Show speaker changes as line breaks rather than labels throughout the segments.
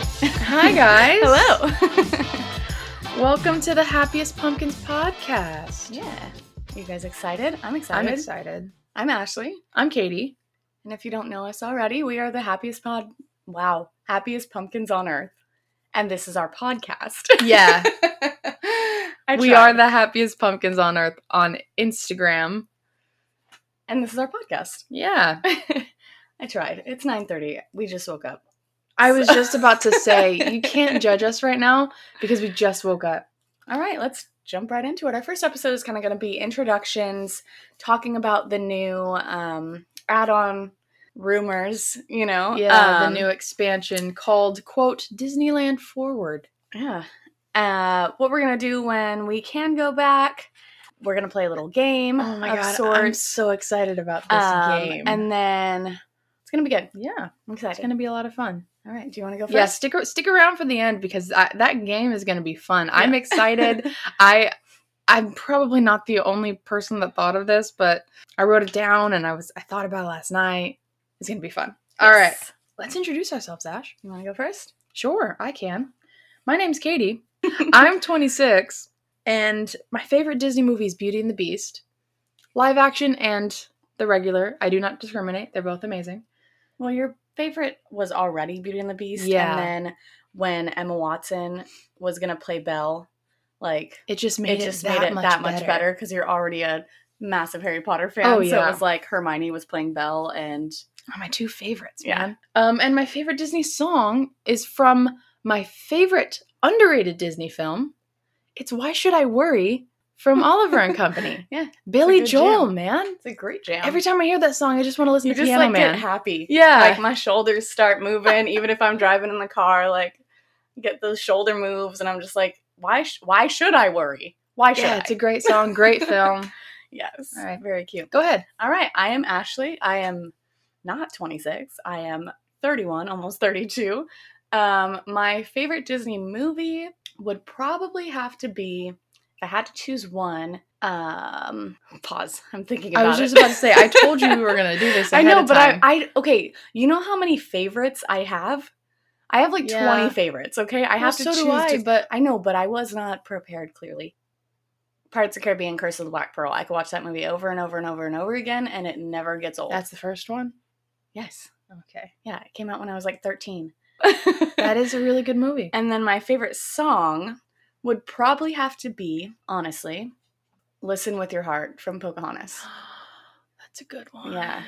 Hi, guys.
Hello.
Welcome to the Happiest Pumpkins podcast.
yeah. You guys excited? I'm excited.
I'm excited.
I'm Ashley.
I'm Katie.
And if you don't know us already, we are the happiest pod. Wow. Happiest pumpkins on earth. And this is our podcast.
Yeah.
I
we
tried.
are the happiest pumpkins on earth on Instagram.
And this is our podcast.
Yeah.
I tried. It's 9:30. We just woke up.
I was just about to say, you can't judge us right now because we just woke up.
All right, let's jump right into it. Our first episode is kind of going to be introductions, talking about the new um, add-on rumors. You know,
Yeah.
um,
the new expansion called, quote, Disneyland Forward.
Yeah. Uh, what we're gonna do when we can go back? We're gonna play a little game of
Oh I'm
sorts.
so excited about this
um,
game.
and then it's gonna be good.
yeah,
I'm
it's
excited.
going to be a lot of fun.
All right, do you want to go first?
Yeah, stick ar- stick around for the end because I, that game is going to be fun. I'm
Yeah.
excited. I I'm probably not the only person that thought of this, but I wrote it down and I was I thought about it last night. It's going to be fun. All right,
Yes.
let's introduce ourselves, Ash.
You want to go first?
Sure, I can. My name's Katie. I'm 26, and my favorite Disney movie is Beauty and the Beast, live action and the regular. I do not discriminate; they're both amazing.
Well, your favorite was already Beauty and the Beast.
Yeah.
And then when Emma Watson was going to play Belle, like,
It just made
it, just made it that much better because you're already a massive Harry Potter fan.
Oh,
So
yeah.
it was like Hermione was playing Belle and
are my two favorites,
Yeah.
man. Um, and my favorite Disney song is from my favorite underrated Disney film. It's Why Should I Worry from Oliver and Company.
Yeah, it's
Billy
good
Joel, man.
it's a great jam.
Every time I hear that song, I just want to listen
you
to
just
Piano
like
Man.
get happy.
yeah,
Like my shoulders start moving, even if I'm driving in the car. Like get those shoulder moves, and I'm just like, why? Sh- why should I worry? Why should
yeah,
I?
it's a great song, great film.
yes,
All right.
very cute.
Go ahead.
All right, I am Ashley. I am not 26. I am 31, almost 32. Um, my favorite Disney movie would probably have to be, if I had to choose one, um, pause. I'm thinking about
I was
it.
just about to say, I told you we were gonna do this.
I
Ahead
know,
of
but I,
time.
I, okay, you know how many favorites I have? I have like
Yeah.
20 favorites, okay? I
Well,
have to
so
choose.
do I,
just-
but
I know, but I was not prepared clearly. Parts of Caribbean Curse of the Black Pearl. I could watch that movie over and over and over and over again, and it never gets old.
that's the first one.
yes.
Okay,
Yeah, it came out when I was like 13.
that is a really good movie.
and then my favorite song would probably have to be, honestly, Listen with Your Heart from Pocahontas.
that's a good one.
Yeah.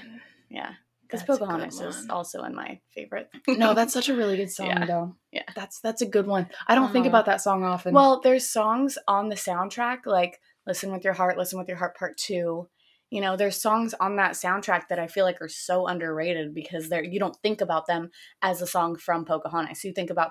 Yeah. Because
That's a good
Pocahontas is
one.
also in my favorite.
No, that's such a really good song
Yeah.
though.
Yeah.
That's that's a good one. I don't think
Uh-huh.
about that song often.
Well, there's songs on the soundtrack like Listen with Your Heart, Listen with Your Heart Part 2. You know, there's songs on that soundtrack that I feel like are so underrated because they're you don't think about them as a song from Pocahontas. You think about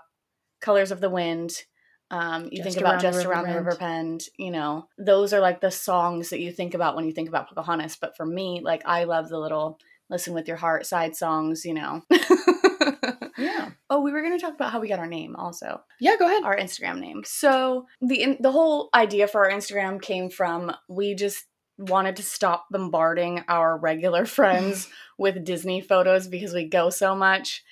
Colors of the Wind, um,
Just
you think
Around the
about Just
River
Around the
Bend.
River Bend, you know. Those are like the songs that you think about when you think about Pocahontas, but for me, like I love the little Listen with Your Heart side songs, you know.
yeah.
oh, we were going to talk about how we got our name also
Yeah, go ahead.
our Instagram name. So the in, the whole idea for our Instagram came from we just wanted to stop bombarding our regular friends with Disney photos because we go so much.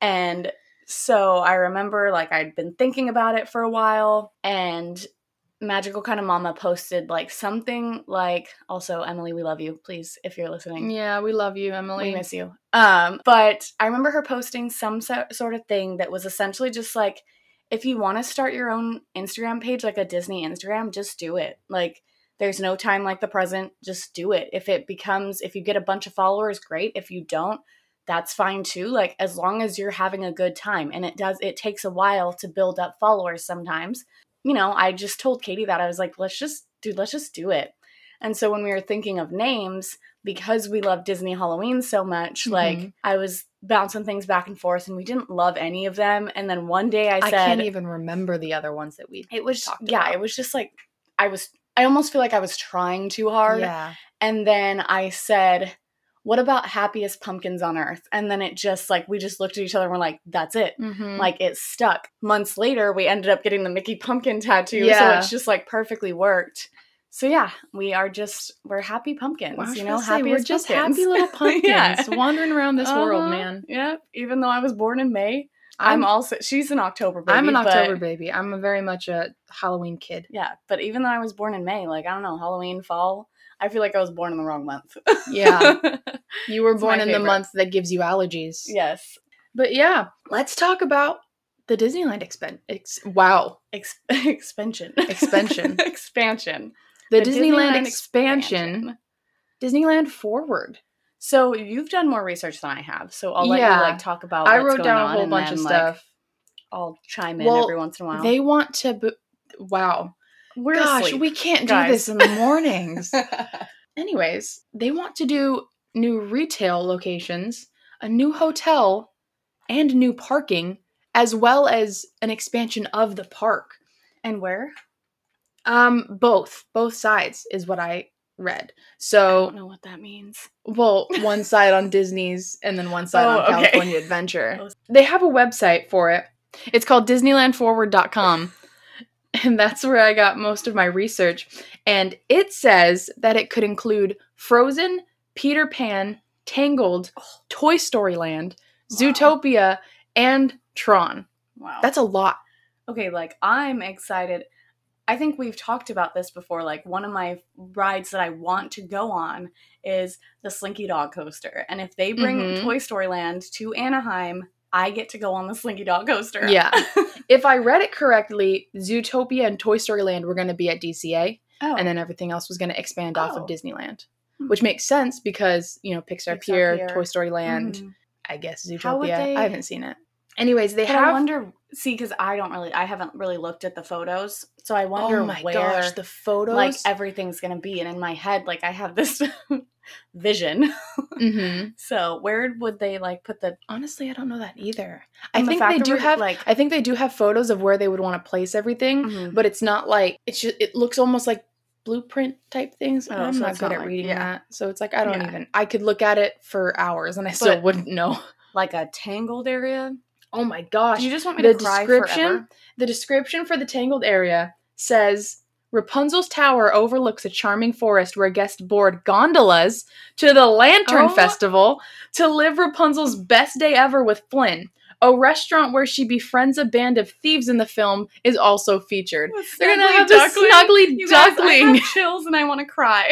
And so I remember like I'd been thinking about it for a while and Magical Kind of Mama posted like something like also Emily we love you please if you're listening
Yeah, we love you, Emily.
we miss you. Um, but I remember her posting some so- sort of thing that was essentially just like, if you want to start your own Instagram page, like a Disney Instagram, just do it. Like, there's no time like the present. Just do it. If it becomes, if you get a bunch of followers, great. If you don't, that's fine too. Like, as long as you're having a good time, and it does, it takes a while to build up followers sometimes. You know, I just told Katie that I was like, let's just, dude, let's just do it. And so when we were thinking of names, because we love Disney Halloween so much, like
Mhm.
I was bouncing things back and forth and we didn't love any of them. And then one day I
I
said
can't even remember the other ones that we
it was
talked
yeah,
about.
it was just like I was I almost feel like I was trying too hard.
Yeah.
And then I said, What about happiest pumpkins on earth? And then it just like we just looked at each other and we're like, that's it.
Mhm.
Like it stuck. Months later, we ended up getting the Mickey Pumpkin tattoo. So
Yeah.
it's just like perfectly worked. So yeah, we are just we're happy pumpkins,
Well, I was
you
gonna
know,
say,
happy
we're
as
just
pumpkins.
happy little pumpkins
Yeah.
wandering around this world,
Uh-huh.
man.
Yep. Even though I was born in May, I'm,
I'm-
also she's an October baby.
I'm an
but-
October baby. I'm a very much a Halloween kid.
Yeah, but even though I was born in May, like I don't know, Halloween, fall, I feel like I was born in the wrong month.
Yeah. You were
It's
born
my
in the
favorite.
month that gives you allergies.
yes.
But yeah, let's talk about the Disneyland expen- ex- wow,
Ex- expansion.
Expansion.
expansion.
the,
The
Disneyland,
Disneyland
expansion, Disneyland Forward.
So you've done more research than I have. So I'll let
Yeah.
you like talk about.
I
what's
wrote
Oh, going
down a
on
whole
and
bunch
then,
of
like,
stuff.
I'll chime in
Well,
every once in a while.
They want to bo- wow.
We're
Gosh,
asleep.
we can't
guys.
do this in the mornings. Anyways, they want to do new retail locations, a new hotel, and new parking, as well as an expansion of the park.
and where?
Um, both, both sides is what I read.
I
So
don't know what that means.
Well, one side on Disney's and then one side
Oh,
on
okay.
California Adventure.
Oh.
They have a website for it. It's called DisneylandForward.com. and that's where I got most of my research. And it says that it could include Frozen, Peter Pan, Tangled,
Oh.
Toy Story Land, Zootopia, and Tron.
Wow.
That's a lot.
okay like i'm excited i think we've talked about this before like one of my rides that i want to go on is the slinky dog coaster and if they bring
Mhm.
toy story land to anaheim i get to go on the slinky dog coaster
Yeah. if I read it correctly, Zootopia and Toy Story Land were going to be at DCA.
oh,
and then everything else was going to expand off of
Oh.
Disneyland,
Hmm.
which makes sense because you know Pixar,
Pixar
Pier,
Pier.
Toy Story Land,
Mhm.
I guess
How would
Zootopia.
they-
I haven't seen it. Anyways, they
But
have.
i wonder see because i don't really i haven't really looked at the photos so i wonder
oh my
where
gosh, the photos.
like everything's gonna be and in my head like i have this vision
Mhm.
so where would they like put the
Honestly, I don't know that either. I
and the
think they
fact
do
that we're,
have.
like
I think they do have photos of where they would want to place everything,
Mhm.
but it's not like it's just. It looks almost like blueprint type things.
Oh,
I'm
so
not
it's
good
not
at
like-
reading
yeah.
that, so it's like I don't
Yeah.
even. I could look at it for hours and I still
But-
wouldn't know.
like a tangled area.
Oh my gosh!
Do you just want me
the
to cry
description
forever?
The description for the Tangled area says Rapunzel's tower overlooks a charming forest where guests board gondolas to the Lantern
Oh.
Festival to live Rapunzel's best day ever with Flynn. A restaurant where she befriends a band of thieves in the film is also featured. They're gonna have the snuggly
You guys, I
duckling,
have chills and I want to cry.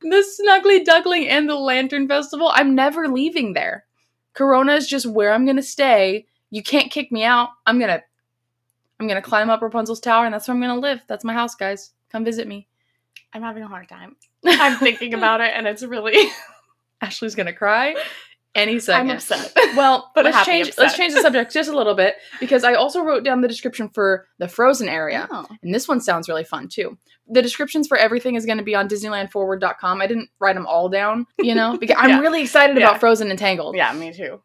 the snuggly duckling, and the Lantern Festival. I'm never leaving there. Corona is just where I'm gonna stay. You can't kick me out. I'm gonna, I'm gonna climb up Rapunzel's tower, and that's where I'm gonna live. That's my house, guys. Come visit me.
I'm having a hard time. I'm thinking about it and it's really
Ashley's gonna cry any second.
I'm upset.
Well,
But
let's
happy
change
upset.
let's change the subject just a little bit because I also wrote down the description for the Frozen area,
Oh.
and this one sounds really fun too. The descriptions for everything is going to be on DisneylandForward.com. I didn't write them all down, you know, because I'm
Yeah.
really excited
Yeah.
about Frozen and Tangled.
Yeah, me too.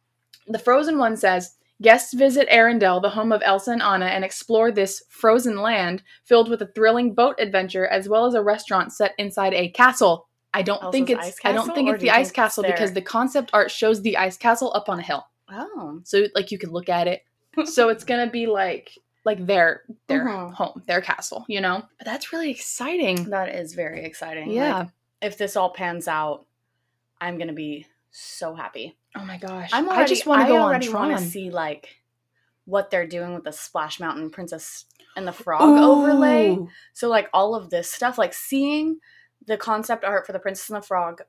The Frozen one says guests visit Arendelle, the home of Elsa and Anna, and explore this frozen land filled with a thrilling boat adventure as well as a restaurant set inside a castle. I don't
Elsa's
think
ice
it's I don't
castle,
think
or
it's
do you
the ice
think it's
castle because
there?
the concept art shows the ice castle up on a hill.
Oh.
So like you can look at it. so it's gonna be like like their their
Mhm.
home, their castle, you know? Uh-huh. But that's really exciting.
That is very exciting.
Yeah.
Like, if this all pans out, I'm going to be so happy.
oh my gosh.
I'm already,
I just want to go on
already
Tron.
want to see like what they're doing with the Splash Mountain Princess and the Frog
Ooh.
overlay. So like all of this stuff, like seeing the concept art for the Princess and the Frog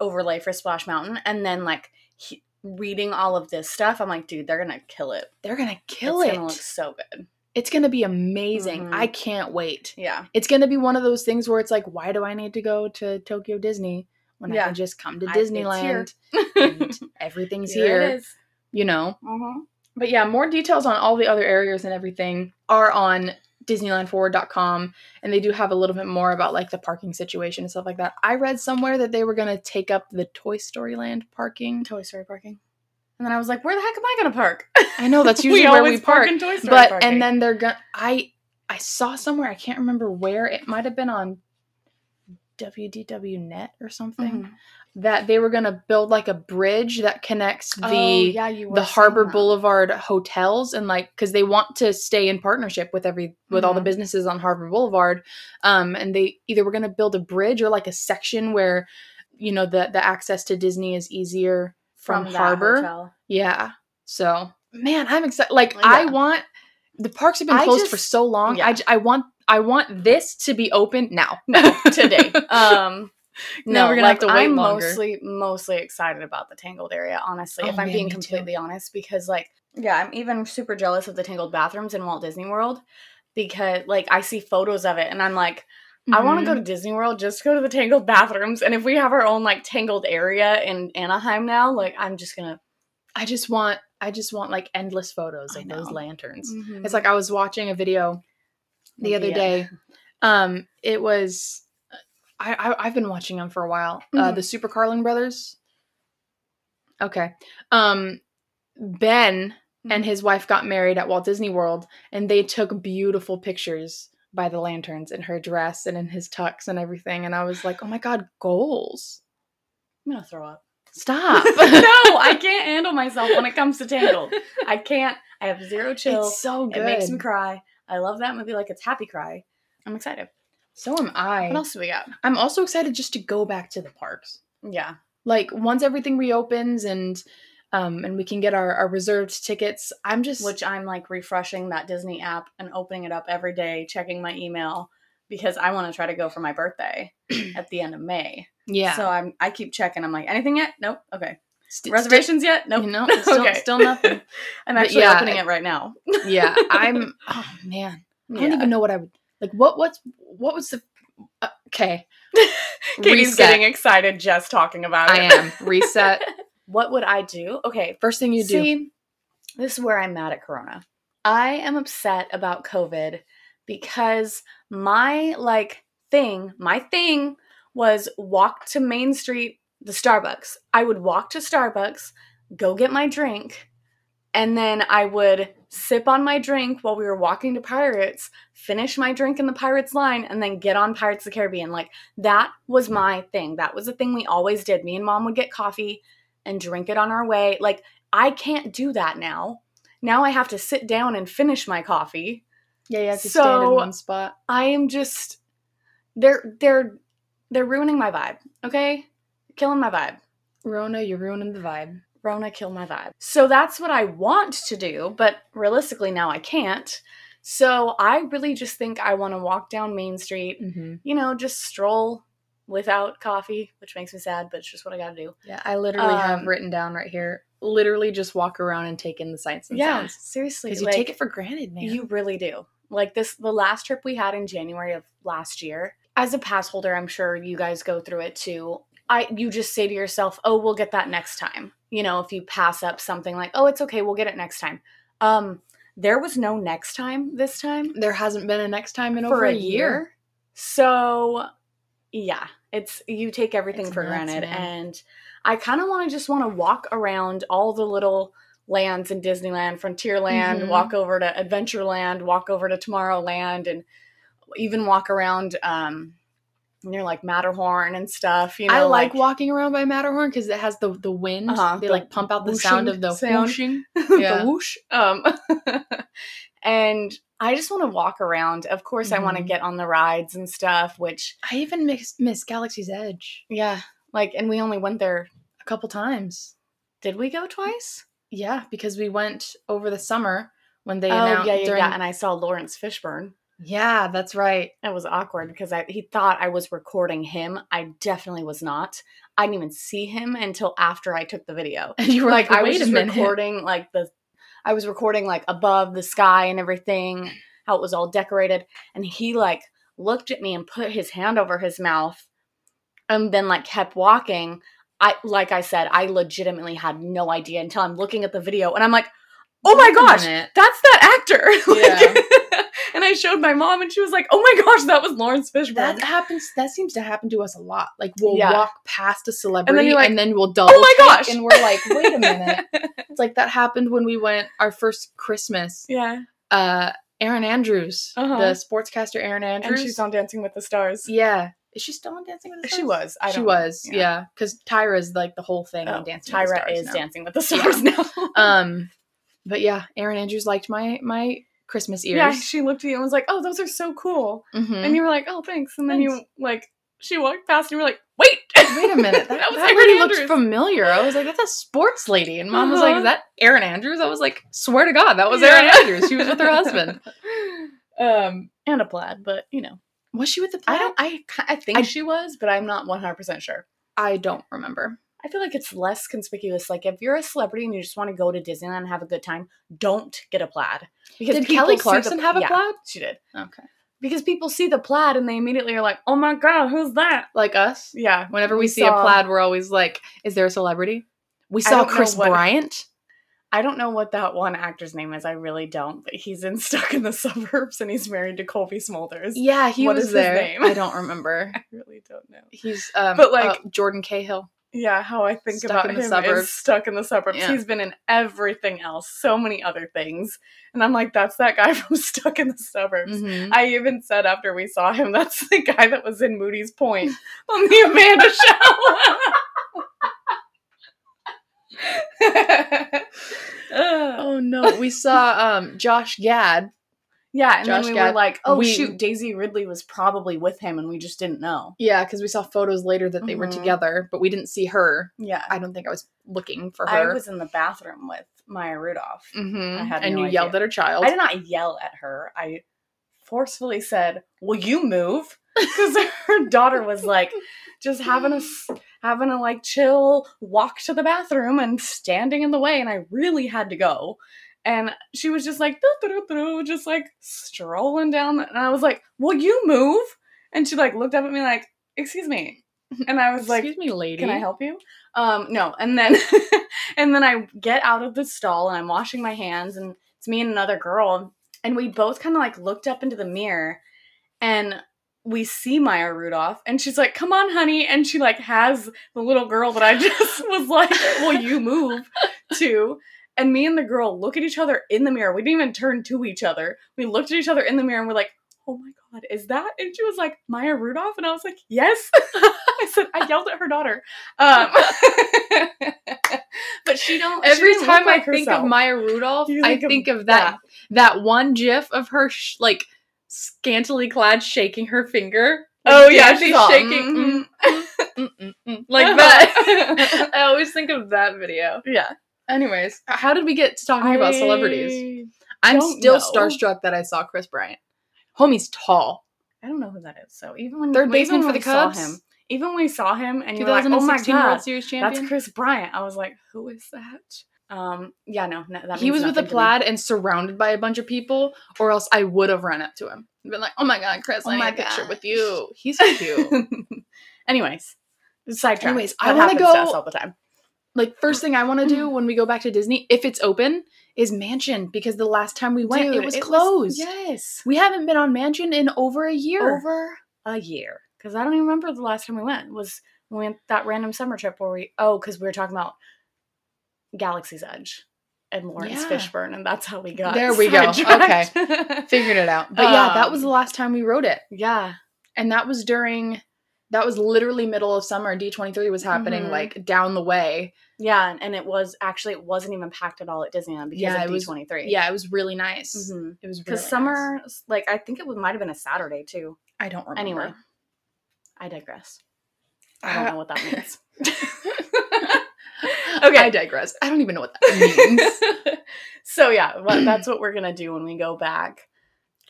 overlay for Splash Mountain, and then like he- reading all of this stuff, I'm like, dude, they're gonna kill it.
They're gonna kill
it's
it.
Gonna look so good.
it's gonna be amazing.
Mhm.
I can't wait.
Yeah.
it's going to be one of those things where it's like, why do I need to go to Tokyo Disney when I
Yeah.
can just come to
I- it's here.
Disneyland? and everything's
Here
here, Mm-hmm.
it is.
you know?
Mhm.
But yeah, more details on all the other areas and everything are on DisneylandForward.com. And they do have a little bit more about like the parking situation and stuff like that. I read somewhere that they were going to take up the Toy Story Land parking.
Toy Story parking. And then I was like, where the heck am I gonna park?
I know that's usually where we
always
park.
in Toy Story
but
parking.
and then they're gonna i i saw somewhere i can't remember where it might have been on wdw net or something
Mhm.
that they were gonna build like a bridge that connects the
Oh, yeah, you were
the
saying
harbor
that.
boulevard hotels and like because they want to stay in partnership with every with all the
Mhm.
businesses on harbor boulevard um and they either were gonna build a bridge or like a section where you know the the access to disney is easier from,
that
harbor
hotel.
yeah so man, I'm excited. Like
Yeah.
I want the parks have been
I
closed for
just-
so long. I
yeah.
j I I want I want this to be open now.
today. Um, no,
Now we're gonna have
like,
to wait
I'm
longer.
mostly mostly excited about the Tangled area, honestly.
Oh,
if I'm
man,
being
me too.
completely honest, because like, yeah, I'm even super jealous of the Tangled bathrooms in Walt Disney World because like I see photos of it and I'm like, I want to
Mm-hmm.
go to Disney World just go to the Tangled bathrooms, and if we have our own like Tangled area in Anaheim now, like I'm just gonna.
Mm-hmm. I just want I just want like endless photos
I
of those
know.
lanterns. It's like I was watching a video the
Of
other
the, uh,
day. Um, it was I, I I've been watching them for a while. Uh,
Mhm.
the Super Carlin brothers. Okay, um, Ben
Mm-hmm.
and his wife got married at Walt Disney World, and they took beautiful pictures by the lanterns in her dress and in his tux and everything. And I was like, oh my god, goals!
I'm gonna throw up.
Stop.
no, I can't handle myself when it comes to Tangled. I can't. I have zero chill.
It's so good.
It makes me cry. I love that movie. Like it's happy cry. I'm excited.
So am I.
What else do we got?
I'm also excited just to go back to the parks.
Yeah.
Like once everything reopens and um and we can get our, our reserved tickets, I'm just
Which I'm like refreshing that Disney app and opening it up every day, checking my email because I want to try to go for my birthday at the end of May.
yeah.
So I'm I keep checking. I'm like, anything yet? Nope. Okay.
St-
Reservations yet?
still-
Nope.
you know, still,
Okay.
still nothing.
I'm
But
actually
yeah,
opening it right now.
Yeah, I'm. Oh man, I don't
Yeah.
even know what I would like. What what's what was the? uh, okay,
Katie's
Reset.
getting excited just talking about it.
I am reset.
What would I do? Okay,
First thing you do.
See, this is where I'm mad at Corona. I am upset about COVID because my like thing, my thing was walk to Main Street, the Starbucks. I would walk to Starbucks, go get my drink, and then I would sip on my drink while we were walking to Pirates, finish my drink in the Pirates line, and then get on Pirates of the Caribbean. Like that was my thing. That was the thing we always did. Me and mom would get coffee and drink it on our way. Like I can't do that now. Now I have to sit down and finish my coffee.
yeah, you have to stand in
So-
one spot.
I am just they're they're they're ruining my vibe. Okay? Killing my vibe.
Rona, you're ruining the vibe.
Rona kill my vibe. So that's what I want to do, but realistically now I can't. So I really just think I want to walk down Main Street,
Mm-hmm.
you know, just stroll without coffee, which makes me sad, but it's just what I got to do.
Yeah, I literally have
Um,
written down right here. Literally, just walk around and take in the sights and
yeah,
sounds
seriously.
because you
like-
take it for granted, man.
You really do. Like this, the last trip we had in January of last year, as a pass holder, I'm sure you guys go through it too. I, you just say to yourself, oh, we'll get that next time. You know, if you pass up something like, oh, it's okay, we'll get it next time. Um, there was no next time this time
there hasn't been a next time in over a year.
So, yeah, it's you take everything
It's
for
nuts,
granted,
man.
and I kind of want to just want to walk around all the little lands in Disneyland, Frontierland,
Mhm.
walk over to Adventureland, walk over to Tomorrowland, and even walk around um, near like Matterhorn and stuff. You know,
I like, walking around by Matterhorn because it has the the wind.
Uh-huh,
they
the
like pump out the sound
whooshing
of the
sound.
whooshing.
the
Yeah.
whoosh. Um, and I just want to walk around. Of course, I want to
Mhm.
get on the rides and stuff, which
I even miss, miss Galaxy's Edge
Yeah. Like, and we only went there.
a couple times.
Did we go twice?
Yeah, because we went over the summer when they
oh,
announced.
yeah, yeah,
during-
yeah. And I saw Lawrence Fishburne.
Yeah, that's right.
It was awkward because I, he thought I was recording him. I definitely was not. I didn't even see him until after I took the video.
And you were
Like,
like,
I was
wait a
just
minute.
recording like the, I was recording like above the sky and everything, how it was all decorated, and he like looked at me and put his hand over his mouth, and then like kept walking. I like I said, I legitimately had no idea until I'm looking at the video, and I'm like, oh my
Wait a
gosh,
minute.
that's that actor. Like-
Yeah.
and I showed my mom, and she was like, oh my gosh, that was Lawrence Fishburne.
That happens. That seems to happen to us a lot. Like we'll
Yeah.
walk past a celebrity, and then,
you're like, "Oh
we'll double.
my
take,
gosh.
And we're like, wait a minute. it's like that happened when we went our first Christmas.
yeah.
Uh, Aaron Andrews,
Uh-huh.
the sportscaster Aaron
And
Andrews.
she's on Dancing with the Stars.
yeah, is she still on Dancing with the Stars?
She was. I
she
don't-
was.
yeah.
Yeah, because Tyra's like the whole thing on
Oh,
Dancing. with
Tyra
the Stars
is
now.
Dancing with the Stars now.
Um, but yeah, Aaron Andrews liked my my Christmas ears.
Yeah, she looked at you and was like, "Oh, those are so cool,"
Mhm.
and you were like, "Oh, Mm-hmm. thanks," and then
Thanks.
you like she walked past and you were like, "Wait."
wait a minute, that,
That
that,
was Erin
lady looked
Andrews.
familiar. I was like, that's a sports lady. And mom was
Uh-huh.
like, is that Erin Andrews? I was like, swear to God, that was
Yeah.
Erin Andrews. She was with her husband. Um,
and a plaid, but you know,
was she with the
I
plaid?
don't. I ki- I think
I-
she was, but I'm not 100 percent sure.
I don't remember.
I feel like it's less conspicuous. Like if you're a celebrity and you just want to go to Disneyland and have a good time, don't get a plaid. Because
Did
people
Kelly
see the-
Clarkson have a
yeah,
plaid?
She did.
Okay.
Because people see the plaid and they immediately are like, "Oh my god, who's that?"
Like us?
Yeah.
Whenever we,
We
see
saw-
a plaid, we're always like, is there a celebrity? We
I
saw
don't know
Chris
what-
Bryant.
I don't know what that one actor's name is. I really don't. But he's in Stuck in the Suburbs and he's married to Colby Smulders.
Yeah, he
What
was
is his
there.
name?
I don't remember.
I really don't know.
He's um
But, like-
uh, Jordan Cahill.
Yeah, how I think
Stuck
about
in the
him
suburbs.
is stuck in the suburbs.
Yeah.
He's been in everything else, so many other things, and I'm like, that's that guy from Stuck in the Suburbs.
Mhm.
I even said after we saw him, that's the guy that was in Moody's Point on the Amanda Show.
Oh no, we saw um Josh Gad.
yeah, and
Josh
then we were
Gad-
like, oh
we-
shoot, Daisy Ridley was probably with him, and we just didn't know.
Yeah, because we saw photos later that they were
Mhm.
together, but we didn't see her.
Yeah,
I don't think I was looking for
I
her.
was in the bathroom with Maya Rudolph.
Mhm.
I had
and
no
you
idea.
yelled at her child.
Mm, I did not yell at her. I forcefully said, "Will you move?" Because her daughter was like, just having a s- having a like chill walk to the bathroom and standing in the way, and I really had to go. And she was just like, "Doo, doo, doo, doo," just like strolling down, the- and I was like, "Will you move?" And she like looked up at me like, "Excuse me," and I was like,
Excuse me, lady.
can I help you? Um, no. And then and then I get out of the stall and I'm washing my hands and it's me and another girl and we both kind of like looked up into the mirror and we see Maya Rudolph and she's like, "Come on, honey." And she like has the little girl that I just was like, "Will you move to?" And me and the girl look at each other in the mirror. We didn't even turn to each other. We looked at each other in the mirror and we're like, "Oh my god, is that?" And she was like, "Maya Rudolph." And I was like, "Yes." I said I yelled at her daughter. Um, but she don't she
Every
didn't look
time I
like
think
herself.
of Maya Rudolph,
You
I
think of
think of that that one GIF of her sh- like scantily clad shaking her finger. Like,
Oh, yeah,
she's
she's all,
shaking
mm,
mm, mm, mm, mm, mm, like that. I always think of that video.
yeah,
Anyways, how did we get to talking about celebrities? I'm
don't
still
know.
starstruck that I saw Chris Bryant. Homie's tall.
I don't know who that is. So even when
Third
well,
baseman
even
for
when
the
we saw
Cubs?
him, even when we saw him, and you were like, "Oh my
2016
god,
World Series
that's
champion.
Chris Bryant," I was like, "Who is that?" Um, yeah, no, no that
he
means
was with a
nothing to me.
plaid and surrounded by a bunch of people, or else I would have run up to him and been like, "Oh my god, Chris,
Oh
I
my
need a picture
gosh.
with you. He's cute."
Anyways, sidetrack.
Anyways, I
That
wanna
happens
go-
us all the time.
like first thing I want to do when we go back to Disney, if it's open, is Mansion because the last time we went, it
Dude,
was closed.
yes,
We haven't been on Mansion in over a year.
over a year because I don't even remember the last time we went was when we went that random summer trip where we oh because we were talking about Galaxy's Edge and Lawrence
Yeah.
Fishburne and that's how we got
There we go.
sidetracked.
Figured it out. But yeah, that
Um,
was the last time we rode it,
yeah
and that was during. That was literally middle of summer. D twenty three was happening
Mhm.
like down the way.
yeah and- and it was actually it wasn't even packed at all at Disneyland because
Yeah,
of
it was-
D23
Yeah, it was really nice.
because
It was really nice.
summer like I think it would might have been a Saturday too
I don't remember.
Anyway. I digress I
Uh,
don't know what that means
okay, I digress. I don't even know what that means.
so yeah, well, that's what we're gonna do when we go back.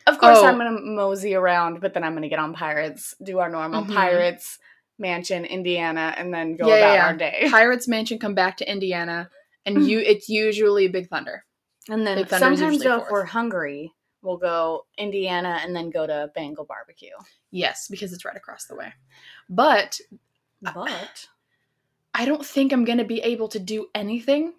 Of course,
Oh.
I'm gonna mosey around, but then I'm gonna get on pirates, do our normal
Mhm.
pirates mansion, Indiana, and then go
Yeah, yeah,
about
yeah.
our day.
Pirates Mansion come back to Indiana, and you it's usually Big Thunder.
And then
Big Thunder is
sometimes
usually
though, if
fourth.
we're hungry, we'll go Indiana and then go to Bengal Barbecue.
Yes, because it's right across the way. But
Uh, But
I don't think I'm going to be able to do anything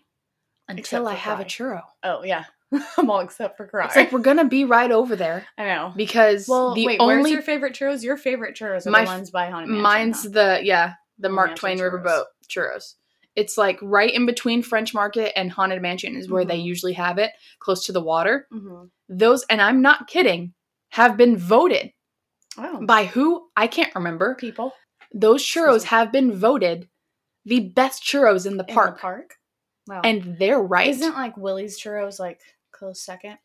Except
until
for
I have a
cry.
churro.
oh yeah, I'm all except for cry.
It's like we're going to be right over there
I know.
because
Well,
the
wait, where's
only
your favorite churros? Your favorite churros are
My
the
f-
ones by Haunted Mansion.
mine's
huh?
the yeah, the
Haunted
Mark
Mansion
Twain
churros.
Riverboat churros. It's like right in between French Market and Haunted Mansion is where they
Mhm.
usually have it, close to the water.
Mhm.
Those and I'm not kidding, have been voted
Oh,
by who? I can't remember.
people
Those churros
me.
have been voted the best churros in the
in the
park.
park. Wow.
And they're right.
Isn't like Willie's churros like close second?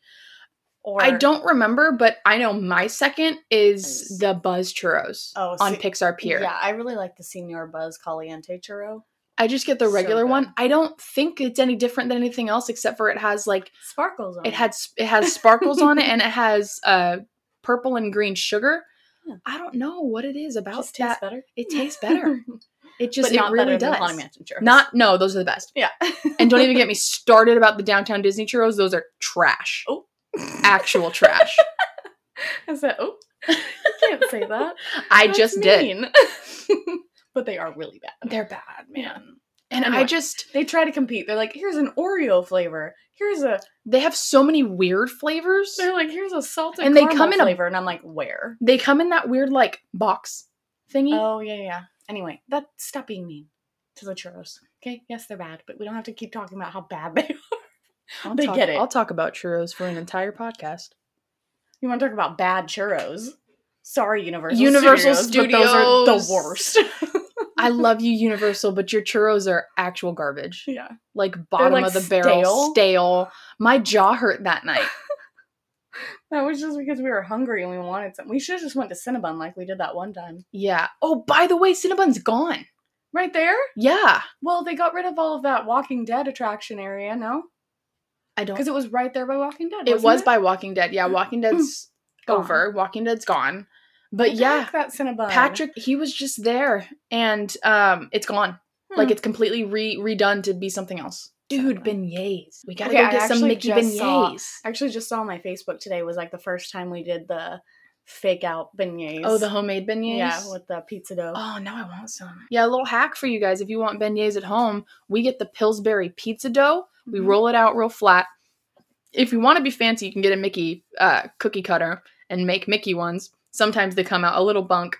Or
I don't remember, but I know my second is
Nice.
the Buzz Churros
Oh,
on
see-
Pixar Pier.
Yeah, I really like the Senor Buzz Caliente churro.
I just get the
So
regular
good.
one. I don't think it's any different than anything else, except for it has like
Sparkles on
it had s- it has sparkles on it and it has uh purple and green sugar.
Yeah.
I don't know what it is about
just
that.
tastes better.
It tastes better. It just
but not
it really
better than Haunted
does.
Mansion churros.
Not no, those are the best.
yeah.
And don't even get me started about the downtown Disney churros. Those are trash.
Oh.
Actual trash.
I said, oh, you can't say that.
I just did.
did. but they are really bad.
They're bad, man. And
And
I
anyway.
just
They try to compete. They're like, here's an Oreo flavor. Here's a.
they have so many weird flavors.
They're like, here's a salted
And they
caramel
come in a-
flavor, and I'm like, where?
They come in that weird like box thingy.
Oh yeah, yeah, yeah. Anyway, that stop being mean to the churros. Okay, yes, they're bad, but we don't have to keep talking about how bad they are.
I'll
they
talk-
get it.
I'll talk about churros for an entire podcast.
You want to talk about bad churros? Sorry, Universal.
Universal
but those are the worst.
Studios. I love you, Universal, but your churros are actual garbage.
yeah,
Like bottom
like,
of the barrel,
stale.
stale. My jaw hurt that night.
that was just because we were hungry and we wanted something. We should have just went to Cinnabon like we did that one time.
Yeah. Oh, by the way, Cinnabon's gone.
Right there.
Yeah.
Well, they got rid of all of that Walking Dead attraction area. No,
I don't.
because it was right there by Walking Dead.
It
wasn't
was by Walking Dead. Yeah, Walking Dead's
Gone.
over. Walking Dead's gone.
What
But
the
yeah,
heck, that Cinnabon.
Patrick, he was just there, and um, it's gone. Like it's completely re redone to be something else. Dude, beignets. We gotta
Okay,
go
I
get some
actually
Mickey
just saw-
beignets.
I actually just saw on my Facebook today was like the first time we did the fake out beignets.
Oh, the homemade beignets.
yeah with the pizza dough.
Oh, now I want some. Yeah, a little hack for you guys. If you want beignets at home, we get the Pillsbury pizza dough. We
Mhm.
roll it out real flat. If you want to be fancy, you can get a Mickey uh, cookie cutter and make Mickey ones. Sometimes they come out a little bunk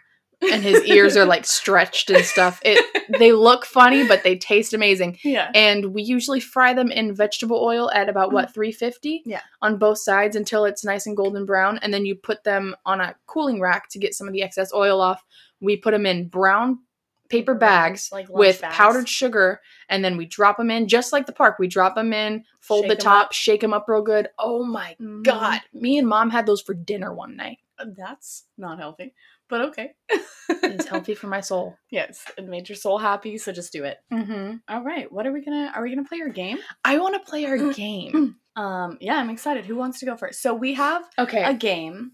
and his ears are like stretched and stuff. It they look funny, but they taste amazing.
yeah.
And we usually fry them in vegetable oil at about what 350
Yeah.
on both sides until it's nice and golden brown and then you put them on a cooling rack to get some of the excess oil off. We put them in brown paper bags
like lunch
with
bags.
powdered sugar and then we drop them in just like the park. We drop them in, fold
Shake
the
'em
top,
up.
shake them up real good. Oh my
Mhm.
god. Me and mom had those for dinner one night.
That's not healthy, but okay.
It's healthy for my soul.
yes, it made your soul happy, so just do it.
Mhm.
All right, what are we gonna? Are we gonna play our game?
I want to play our game.
Um, yeah, I'm excited. Who wants to go first? So we have
Okay.
a game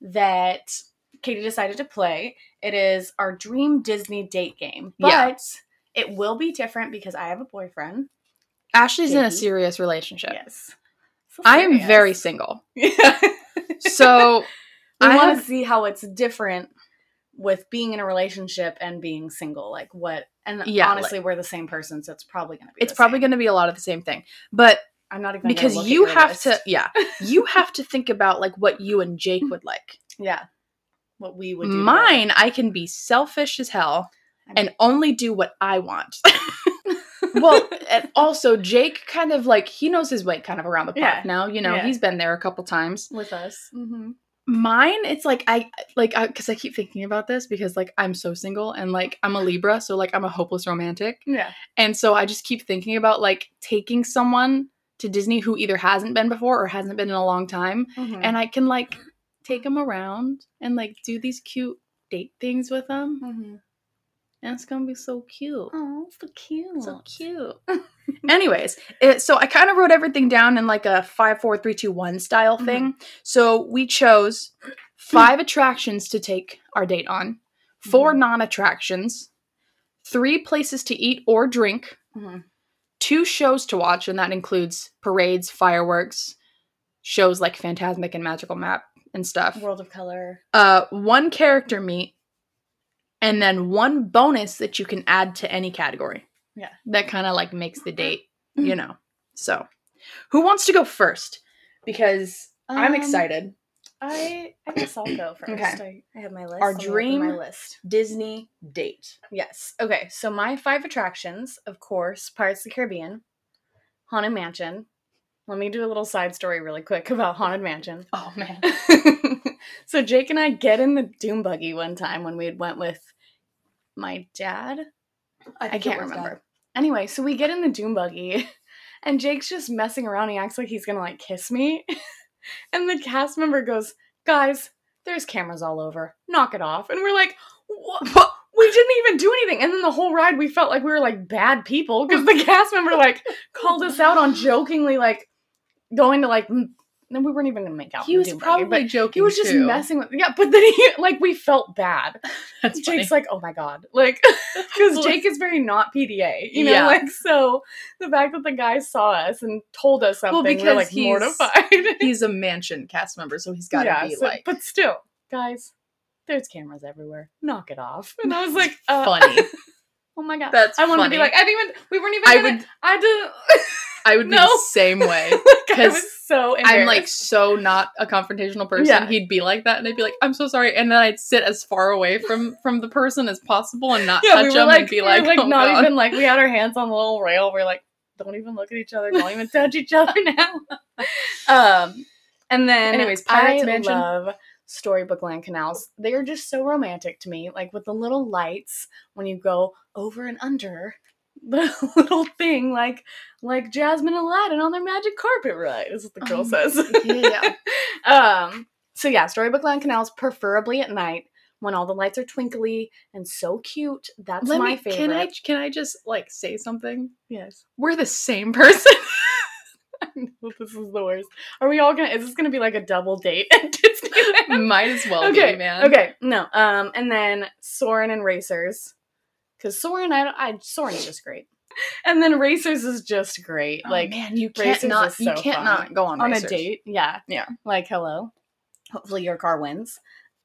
that Katie decided to play. It is our dream Disney date game, but
Yeah.
it will be different because I have a boyfriend.
Ashley's in a
Katie?
serious relationship.
Yes. So
I am very
serious.
single.
Yeah.
So I
I want
have,
to see how it's different with being in a relationship and being single. Like what? And
Yeah,
honestly, we're the same person, so it's probably gonna be.
it's probably going to be a lot of the same thing. But
to. I'm not even
because
gonna look
you
at your
have
list.
to yeah, you have to think about like what you and Jake would like.
Yeah. What we would do. together.
Mine, I can be selfish as hell
I mean-
and only do what I want. well, and also Jake kind of like he knows his way kind of around the park
Yeah.
now, you know.
Yeah.
He's been there a couple times.
with us. Mm-hmm.
Mine, it's like I like I, cuz I keep thinking about this because like I'm so single and like I'm a Libra, so like I'm a hopeless romantic.
Yeah.
And so I just keep thinking about like taking someone to Disney who either hasn't been before or hasn't been in a long time.
Mhm.
And I can like take them around and like do these cute date things with them.
Mhm.
And it's gonna be so cute.
Oh, so cute.
So cute. Anyways, it, so I kind of wrote everything down in like a five, four, three, two, one style thing. So we chose five attractions to take our date on, 4
Mhm.
non attractions, three places to eat or drink,
Mhm.
two shows to watch, and that includes parades, fireworks, shows like Phantasmic and Magical Map and stuff.
World of Color.
Uh, one character meet, and then one bonus that you can add to any category.
Yeah. Mm-hmm.
that kind of like makes the date, you know. So, who wants to go first? Because I'm
Um,
excited.
I I guess I'll go first.
Okay.
I, I have my list.
Our
Let me open
dream-
My list.
Disney date.
Yes. Okay. So my five attractions, of course, Pirates of the Caribbean, Haunted Mansion. Let me do a little side story really quick about Haunted Mansion.
Oh man.
so Jake and I get in the Doom buggy one time when we had went with my dad. I
think it
can't
was
remember.
that.
Anyway, so we get in the Doom buggy, and Jake's just messing around. He acts like he's gonna like kiss me, And the cast member goes, Guys, there's cameras all over. Knock it off. And we're like, What? We didn't even do anything. And then the whole ride, we felt like we were like bad people because the cast member like called us out on jokingly like going to like, m- no, we weren't even gonna make out.
He
and
was
do break it,
probably
but
joking.
he was just
too.
messing with. Yeah, but then he like we felt bad.
That's funny.
Jake's like, oh my god, like because Jake is very not PDA, you know,
Yeah.
like so the fact that the guy saw us and told us something,
Well,
we're
because
like
he's-
mortified.
He's a mansion cast member, so he's got to
Yeah,
be
so-
like
but still, guys, there's cameras everywhere. Knock it off. And I was like, uh,
funny.
oh my god,
That's
I wanted to
funny.
be like, I didn't even. We weren't even. I
I
gonna,
would,
I did.
I would be
No.
the same way.
like, I
'Cause
was so. Embarrassed.
I'm like so not a confrontational person.
Yeah.
He'd be like that, and I'd be like, "I'm so sorry," and then I'd sit as far away from from the person as possible and not
yeah,
touch
we were
him
like,
and be
we were, like,
like, "Oh
not
God."
even like we had our hands on the little rail. We're like, don't even look at each other. Don't even touch each other now. Um, and then
Anyways, Pirates
I
Mansion.
love Storybook Land canals. They are just so romantic to me. Like with the little lights when you go over and under the little thing, like like Jasmine and Aladdin on their magic carpet ride. Is what the girl
Oh my-
says.
yeah, yeah.
Um, so yeah, Storybook Land canals, preferably at night when all the lights are twinkly and so cute. That's
Let
my
me-
favorite.
Can I can I just like say something?
Yes.
We're the same person.
I know this is the worst. Are we all gonna? Is this gonna be like a double date at Disneyland?
Might as well
okay,
be, man.
Okay, no. Um, and then Soren and Racers, because Soren, I, don't- I Soren's just great, and then Racers is just great.
Oh,
like
man, you
Racers
can't not
is
you
so
can't
fun.
not go on
on
Racers.
a date, yeah,
Yeah.
Like hello. Hopefully your car wins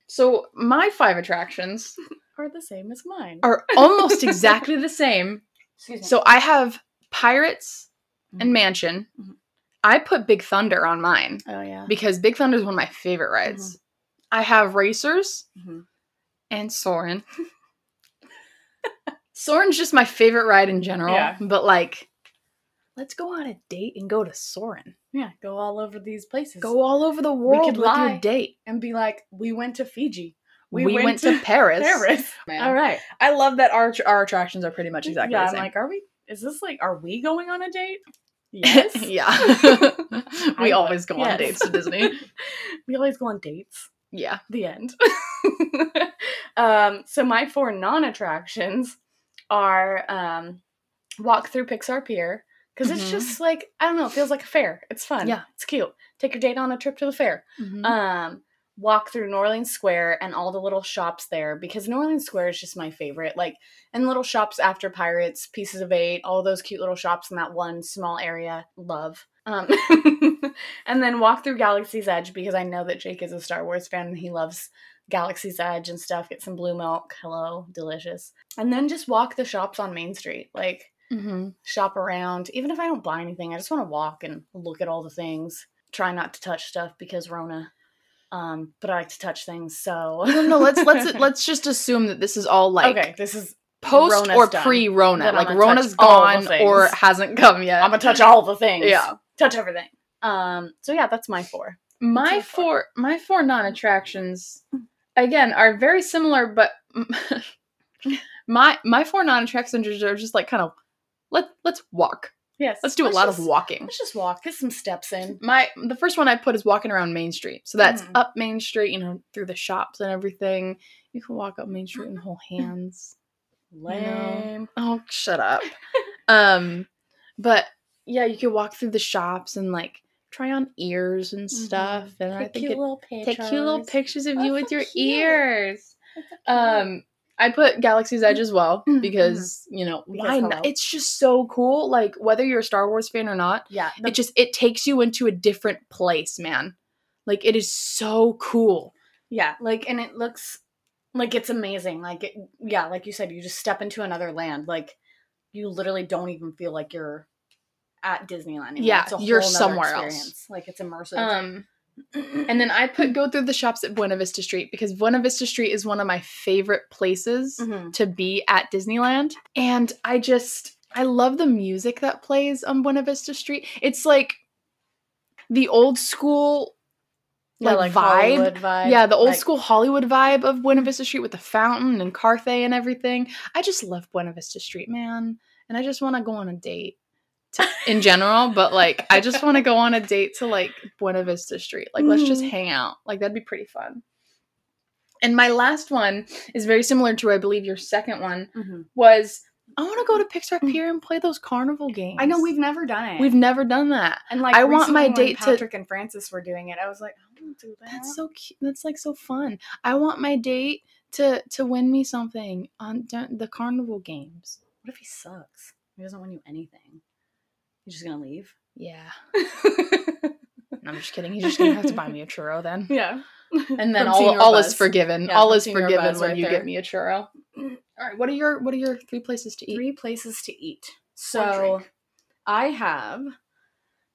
So my five attractions
are the same as mine.
are almost exactly the same.
Excuse
So I have Pirates and Mansion.
Mhm.
I put Big Thunder on mine
oh yeah.
because Big Thunder is one of my favorite rides. I have Racers
Mhm.
and Soren. Soren's just my favorite ride in general,
Yeah.
but like let's go on a date and go to Soren.
Yeah, go all over these places.
Go all over the world
could
with
lie.
your date.
and be like, we went to Fiji.
We, went, to, Paris. Man.
All right.
I love that our our attractions are pretty much exactly
yeah,
the same.
I'm like, are we? Is this like, are we going on a date? Yes.
yeah. we
I
always
would.
go on
Yes.
dates to Disney.
we always go on dates.
Yeah.
The end. um, so my four non-attractions are um, walk through Pixar Pier because it's
Mhm.
just like I don't know, it feels like a fair. It's fun.
Yeah.
it's cute. Take your date on a trip to the fair.
Mm-hmm. Uh,
um walk through New Orleans Square and all the little shops there because New Orleans Square is just my favorite. Like and little shops after Pirates, Pieces of Eight, all those cute little shops in that one small area. Love. Um and then walk through Galaxy's Edge because I know that Jake is a Star Wars fan and he loves Galaxy's Edge and stuff. Get some blue milk. Hello, delicious. And then just walk the shops on Main Street. Like
mm-hmm.
shop around. Even if I don't buy anything, I just want to walk and look at all the things. Try not to touch stuff because Rona. Um, but I like to touch things, so
No, no, let's let's let's just assume that this is all like
okay, this is
post
Rona's
or
done.
pre Rona.
Then
Like
I'ma touch
Rona's
all the
gone or
things.
hasn't come yet.
I'm gonna touch all the things.
Yeah.
Touch everything. Um, so yeah, that's my four.
My
your four?
four my four non attractions again are very similar, but my my four non attractions are just like kind of let let's walk.
Yes.
Let's do a lot
just,
of walking.
Let's just walk, get some steps in.
my the first one I put is walking around Main Street. So that's
Mhm.
up Main Street, you know, through the shops and everything. You can walk up Main Street and hold hands.
Lame.
Oh, shut up. um, but yeah, you can walk through the shops and like try on ears and stuff. And I
Take
think
Mm-hmm. cute
it,
little pictures.
take cute little pictures of
Oh,
you
so
with your
cute.
ears.
It's so cute.
Um, I put Galaxy's Edge as well
Mhm, mhm.
because you know
Because
why
hello.
not? It's just so cool. Like whether you're a Star Wars fan or not,
yeah, the
it just it takes you into a different place man like it is so cool
Yeah, like and it looks like it's amazing. Like it, yeah, like you said, you just step into another land. Like you literally don't even feel like you're at Disneyland. anymore.
Yeah,
It's a
you're
whole nother
somewhere else.
Like it's immersive.
um and then i put go through the shops at buena vista street because buena vista street is one of my favorite places
Mhm.
to be at disneyland and i just i love the music that plays on buena vista street it's like the old school
Yeah,
like, vibe
Hollywood vibe.
Yeah, the old
like-
school Hollywood vibe of Buena Vista Street with the fountain and Carthay and everything. I just love Buena Vista Street, man. And I just want to go on a date to, in general, but like I just want to go on a date to like Buena Vista Street. Like let's just
Mhm.
hang out. Like that'd be pretty fun. And my last one is very similar to I believe your second one
mm-hmm.
was I want to go to Pixar
Mm.
Pier and play those carnival games.
I know we've never done it.
we've never done that.
and like
I want my
recently when
date to-
Patrick and Francis were doing it. I was like, I want to do that.
That's so cute. That's like so fun. I want my date to to win me something on dur- the carnival games.
What if he sucks? He doesn't win you anything. He's just gonna leave.
Yeah. I'm just kidding. He's just gonna have to buy me a churro then.
yeah.
And then
From
all,
Senior
all
Buzz.
is forgiven.
Yeah,
all
from
is
Senior
forgiven
Buzz
when
right
you
there.
get me a churro. All right. What are your What are your three places to eat?
Three places to eat.
Or
So I have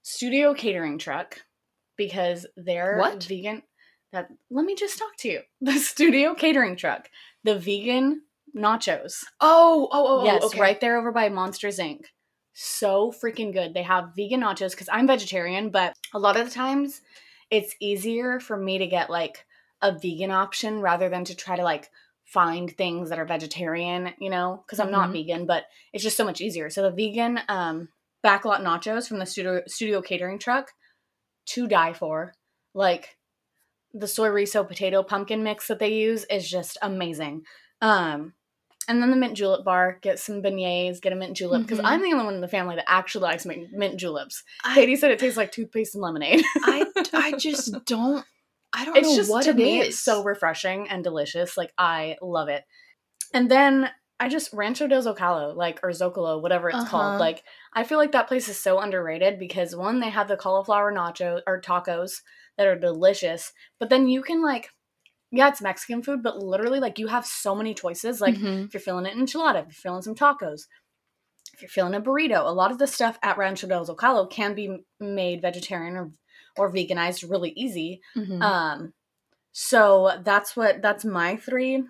Studio Catering Truck because they're
What?
vegan. That let me just talk to you. The Studio Catering Truck, the vegan nachos.
Oh, oh, oh,
yes,
oh, okay.
right there over by Monsters Inc. So freaking good. They have vegan nachos because I'm vegetarian, but a lot of the times it's easier for me to get like a vegan option rather than to try to like find things that are vegetarian, you know, because I'm not
Mm-hmm.
vegan, but it's just so much easier. So the vegan um, backlot nachos from the studio, studio catering truck to die for. Like the soy riso potato pumpkin mix that they use is just amazing. Um, and then the mint julep bar. Get some beignets. Get a mint julep because
Mhm.
I'm the only one in the family that actually likes mint, mint juleps.
I,
Katie said it tastes like toothpaste and lemonade.
I, I just don't. I don't
it's
know
just
what
to
it
me,
is.
it's so refreshing and delicious. Like I love it. And then I just Rancho del Zocalo, like or Zocalo, whatever it's
Uh-huh.
called. Like I feel like that place is so underrated because one, they have the cauliflower nacho or tacos that are delicious, but then you can like, yeah, it's Mexican food, but literally like you have so many choices. Like
Mhm.
if you're feeling an enchilada, if you're feeling some tacos, if you're feeling a burrito, a lot of the stuff at Rancho del Zocalo can be m- made vegetarian or or veganized really easy.
Mhm.
Um, so that's what that's my three.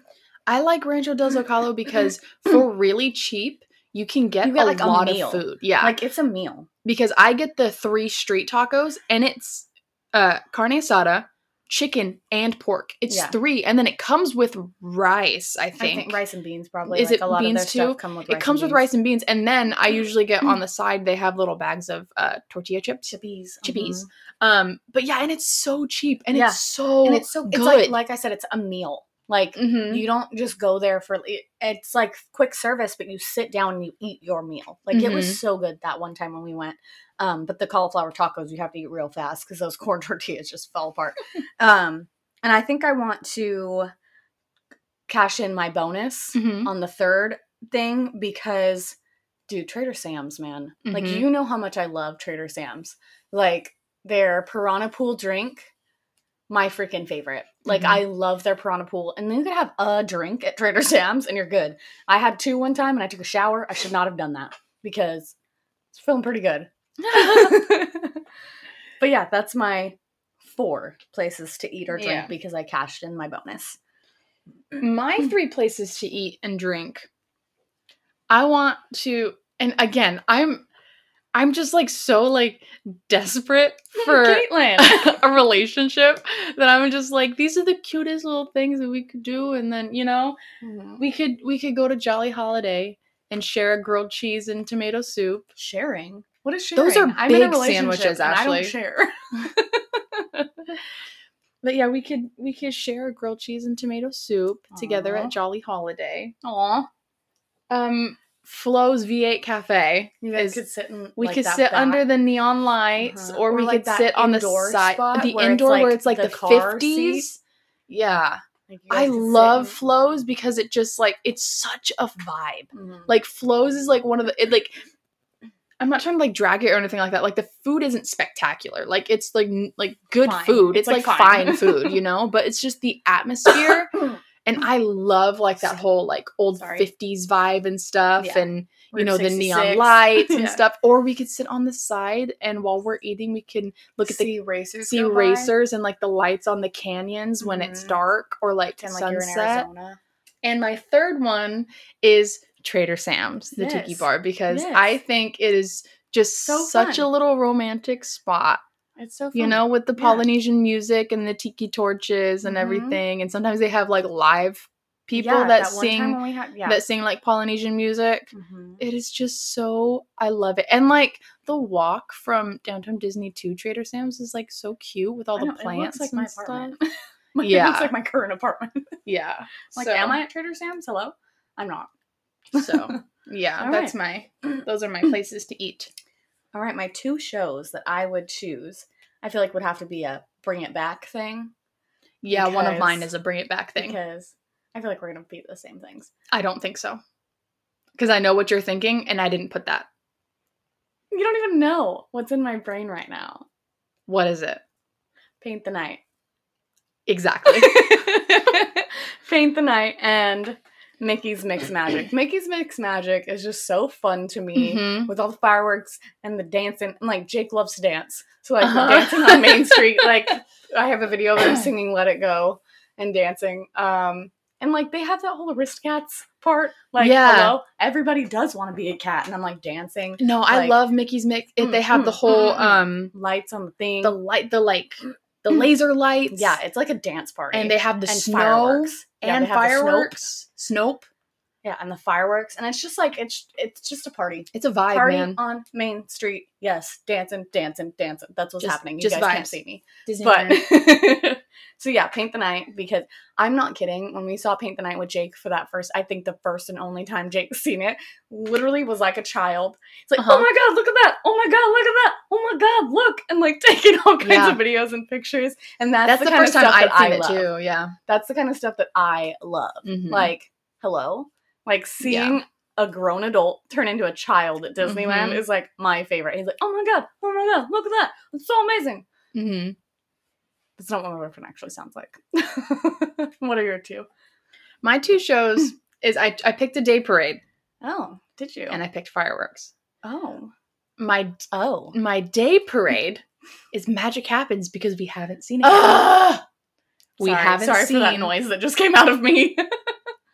I like Rancho del Zocalo because for really cheap, you can get,
You get,
a
like, a
lot
meal.
of food. Yeah,
Like it's a meal.
because I get the three street tacos and it's uh, carne asada, chicken, and pork. It's
Yeah.
three, and then it comes with rice. I
I
think,
think rice and beans probably.
Is
like
it
a lot
beans
of their
too?
stuff come with
It comes with rice and beans, and then I usually get on the side. They have little bags of uh, tortilla chips.
chippies.
Chippies. Um, but yeah, and it's so cheap, and
Yeah.
it's so
And it's so it's like
good.
like I said, it's a meal. Like
Mhm.
you don't just go there for it- it's like quick service, but you sit down and you eat your meal. Like it
Mm-hmm.
was so good that one time when we went. Um, but the cauliflower tacos you have to eat real fast because those corn tortillas just fell apart. um, and I think I want to cash in my bonus.
Mhm.
on the third thing because dude trader sam's man like
Mhm.
you know how much i love trader sam's like their piranha pool drink my freaking favorite like
Mhm.
i love their piranha pool and then you could have a drink at trader sam's and you're good i had two one time and i took a shower i should not have done that because it's feeling pretty good
Mm-hmm.
but yeah that's my four places to eat or drink
Yeah.
because i cashed in my bonus
my three places to eat and drink i want to and again i'm i'm just like so like desperate for
caitlin
a relationship that i'm just like these are the cutest little things that we could do and then you know we could we could go to jolly holiday and share a grilled cheese and tomato soup
sharing. What is sharing?
Those are
I'm in a
big
relationship
sandwiches,
and I
Ashley.
don't share.
but yeah we could we could share a grilled cheese and tomato soup together
Aw.
at jolly holiday
Aw,
um flo's v8 cafe
you guys
is-
could sit and
We
like,
could
that
sit under
back-
the neon lights,
Uh-huh.
or,
Or,
we
like,
could
that
sit on the
indoor
side,
spot
the
where it's,
indoor
like,
where it's like
the
the
car
fifties. Yeah,
like, you guys
I
could sit
love
and-
flows because it just like it's such a vibe.
Mhm.
Like flows is like one of the it, like. I'm not trying to like drag it or anything like that. Like the food isn't spectacular. Like it's like n- like good
Fine.
food.
It's,
It's,
like,
like,
fine.
fine. food, you know. But it's just the atmosphere, and I love like that whole like old
Sorry.
'50s vibe and stuff.
Yeah.
And you
Route
know the
66.
neon lights and
Yeah.
stuff or we could sit on the side and while we're eating we can look at the
see racers,
sea
go by.
racers and like the lights on the canyons when it's
Mhm.
dark or like
and like you're in
sunset
Arizona.
and my third one is trader sam's the tiki
Yes.
bar because
Yes.
i think it is just
So
such a
fun.
little romantic spot
It's so fun.
you know with the
Yeah.
polynesian music and the tiki torches and
Mhm.
everything and sometimes they have like live people
Yeah,
that,
one time
sing
when we had, yeah.
that sing like polynesian music
Mhm.
it is just so I love it. And like the walk from downtown Disney to Trader Sam's is like so cute with all
I
the
know, it
plants
looks like
and
my
stuff.
apartment. Like, It
Yeah.
looks like my current apartment.
Yeah.
like,
so-
am I at Trader Sam's? Hello? I'm not.
So yeah,
All
that's my those are my places to eat.
All right, my two shows that I would choose, I feel like would have to be a bring it back thing
Yeah, one of
Because-
mine is a bring it back thing.
because I feel like we're gonna be the same things.
I don't think so. Because I know what you're thinking, and I didn't put that.
You don't even know what's in my brain right now.
What is it?
Paint the night.
Exactly.
Paint the night and Mickey's Mix Magic. Mickey's Mix Magic is just so fun to me.
Mhm.
With all the fireworks and the dancing, and like Jake loves to dance, so like
Uh-huh.
dancing on Main Street. Like I have a video of him singing "Let It Go" and dancing. Um, and like they have that whole wrist cats part. Like,
Yeah.
hello, everybody does want to be a cat, and I'm like dancing,
No, I
Like-
love Mickey's Mix. It, they have the
Mm, mm,
whole
mm, mm.
um
lights on the thing.
the light, the like, the laser lights.
Mm. yeah, it's like a dance party.
and they have the
and
snow
fireworks. Yeah,
and
they have the snow-
fireworks. Snope.
Yeah, and the fireworks, and it's just like it's it's just a party.
It's a vibe,
party
man.
on Main Street. Yes, dancing, dancing, dancing. That's what's
Just-
happening. You
just
guys can't
vibes.
see me,
Disney
but
Land.
so yeah, paint the night because I'm not kidding. When we saw paint the night with Jake for that first, I think the first and only time Jake's seen it, literally was like a child. It's like,
Uh-huh.
oh my god, look at that! Oh my god, look at that! Oh my god, look! And like taking all kinds
Yeah.
of videos and pictures. And that's,
that's the,
the, kind
first
of
time
stuff
I'd
that
seen
I
it
love.
too. Yeah.
That's the kind of stuff that I love
Mhm.
like hello like seeing a grown adult turn into a child at disneyland
Mhm.
is like my favorite he's like oh my god oh my god look at that it's so amazing Mm-hmm.
Mhm.
that's not what my boyfriend actually sounds like what are your two?
my two shows is I I picked a day parade
Oh, did you
and I picked fireworks.
oh
My
oh
my day parade is magic happens because we haven't seen it. yet.
Ugh!
We
Sorry-
haven't
sorry for that
seen-
noise that just came out of me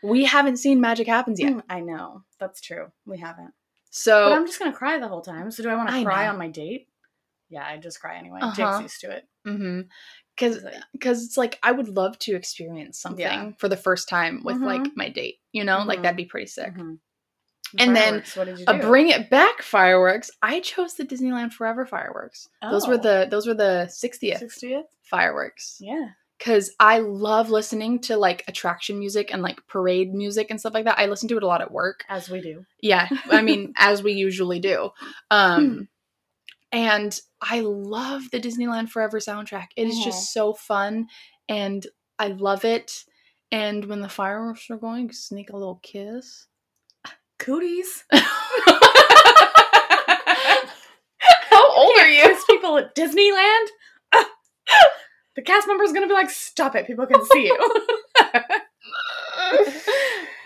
Mm,
We haven't seen magic happens yet.
i know that's true we haven't but
So
i'm just gonna cry the whole time so do i want
I
to cry
know.
on my date yeah i just cry anyway
Uh-huh.
jake's used to it
mhm. cuz
He's like,
because it's like I would love to experience something
Yeah. Mm-hmm.
for the first time with like my date, you know, like
Mhm.
that'd be pretty sick.
mhm.
And then
Fireworks, what did you
A
do?
Uh, bring it back fireworks. I chose the Disneyland Forever fireworks. Those were
Oh.
the those were the 60th
60th?
fireworks
Yeah.
because I love listening to like attraction music and like parade music and stuff like that. I listen to it a lot at work.
As we do.
Yeah, I mean, as we usually do.
Hmm.
Um, and I love the Disneyland Forever soundtrack. It is just so fun, and I love it. And when the fireworks are going, sneak a little kiss.
Cooties.
How old are you?
There's people at Disneyland. the cast member's gonna be like, stop it, people can see you.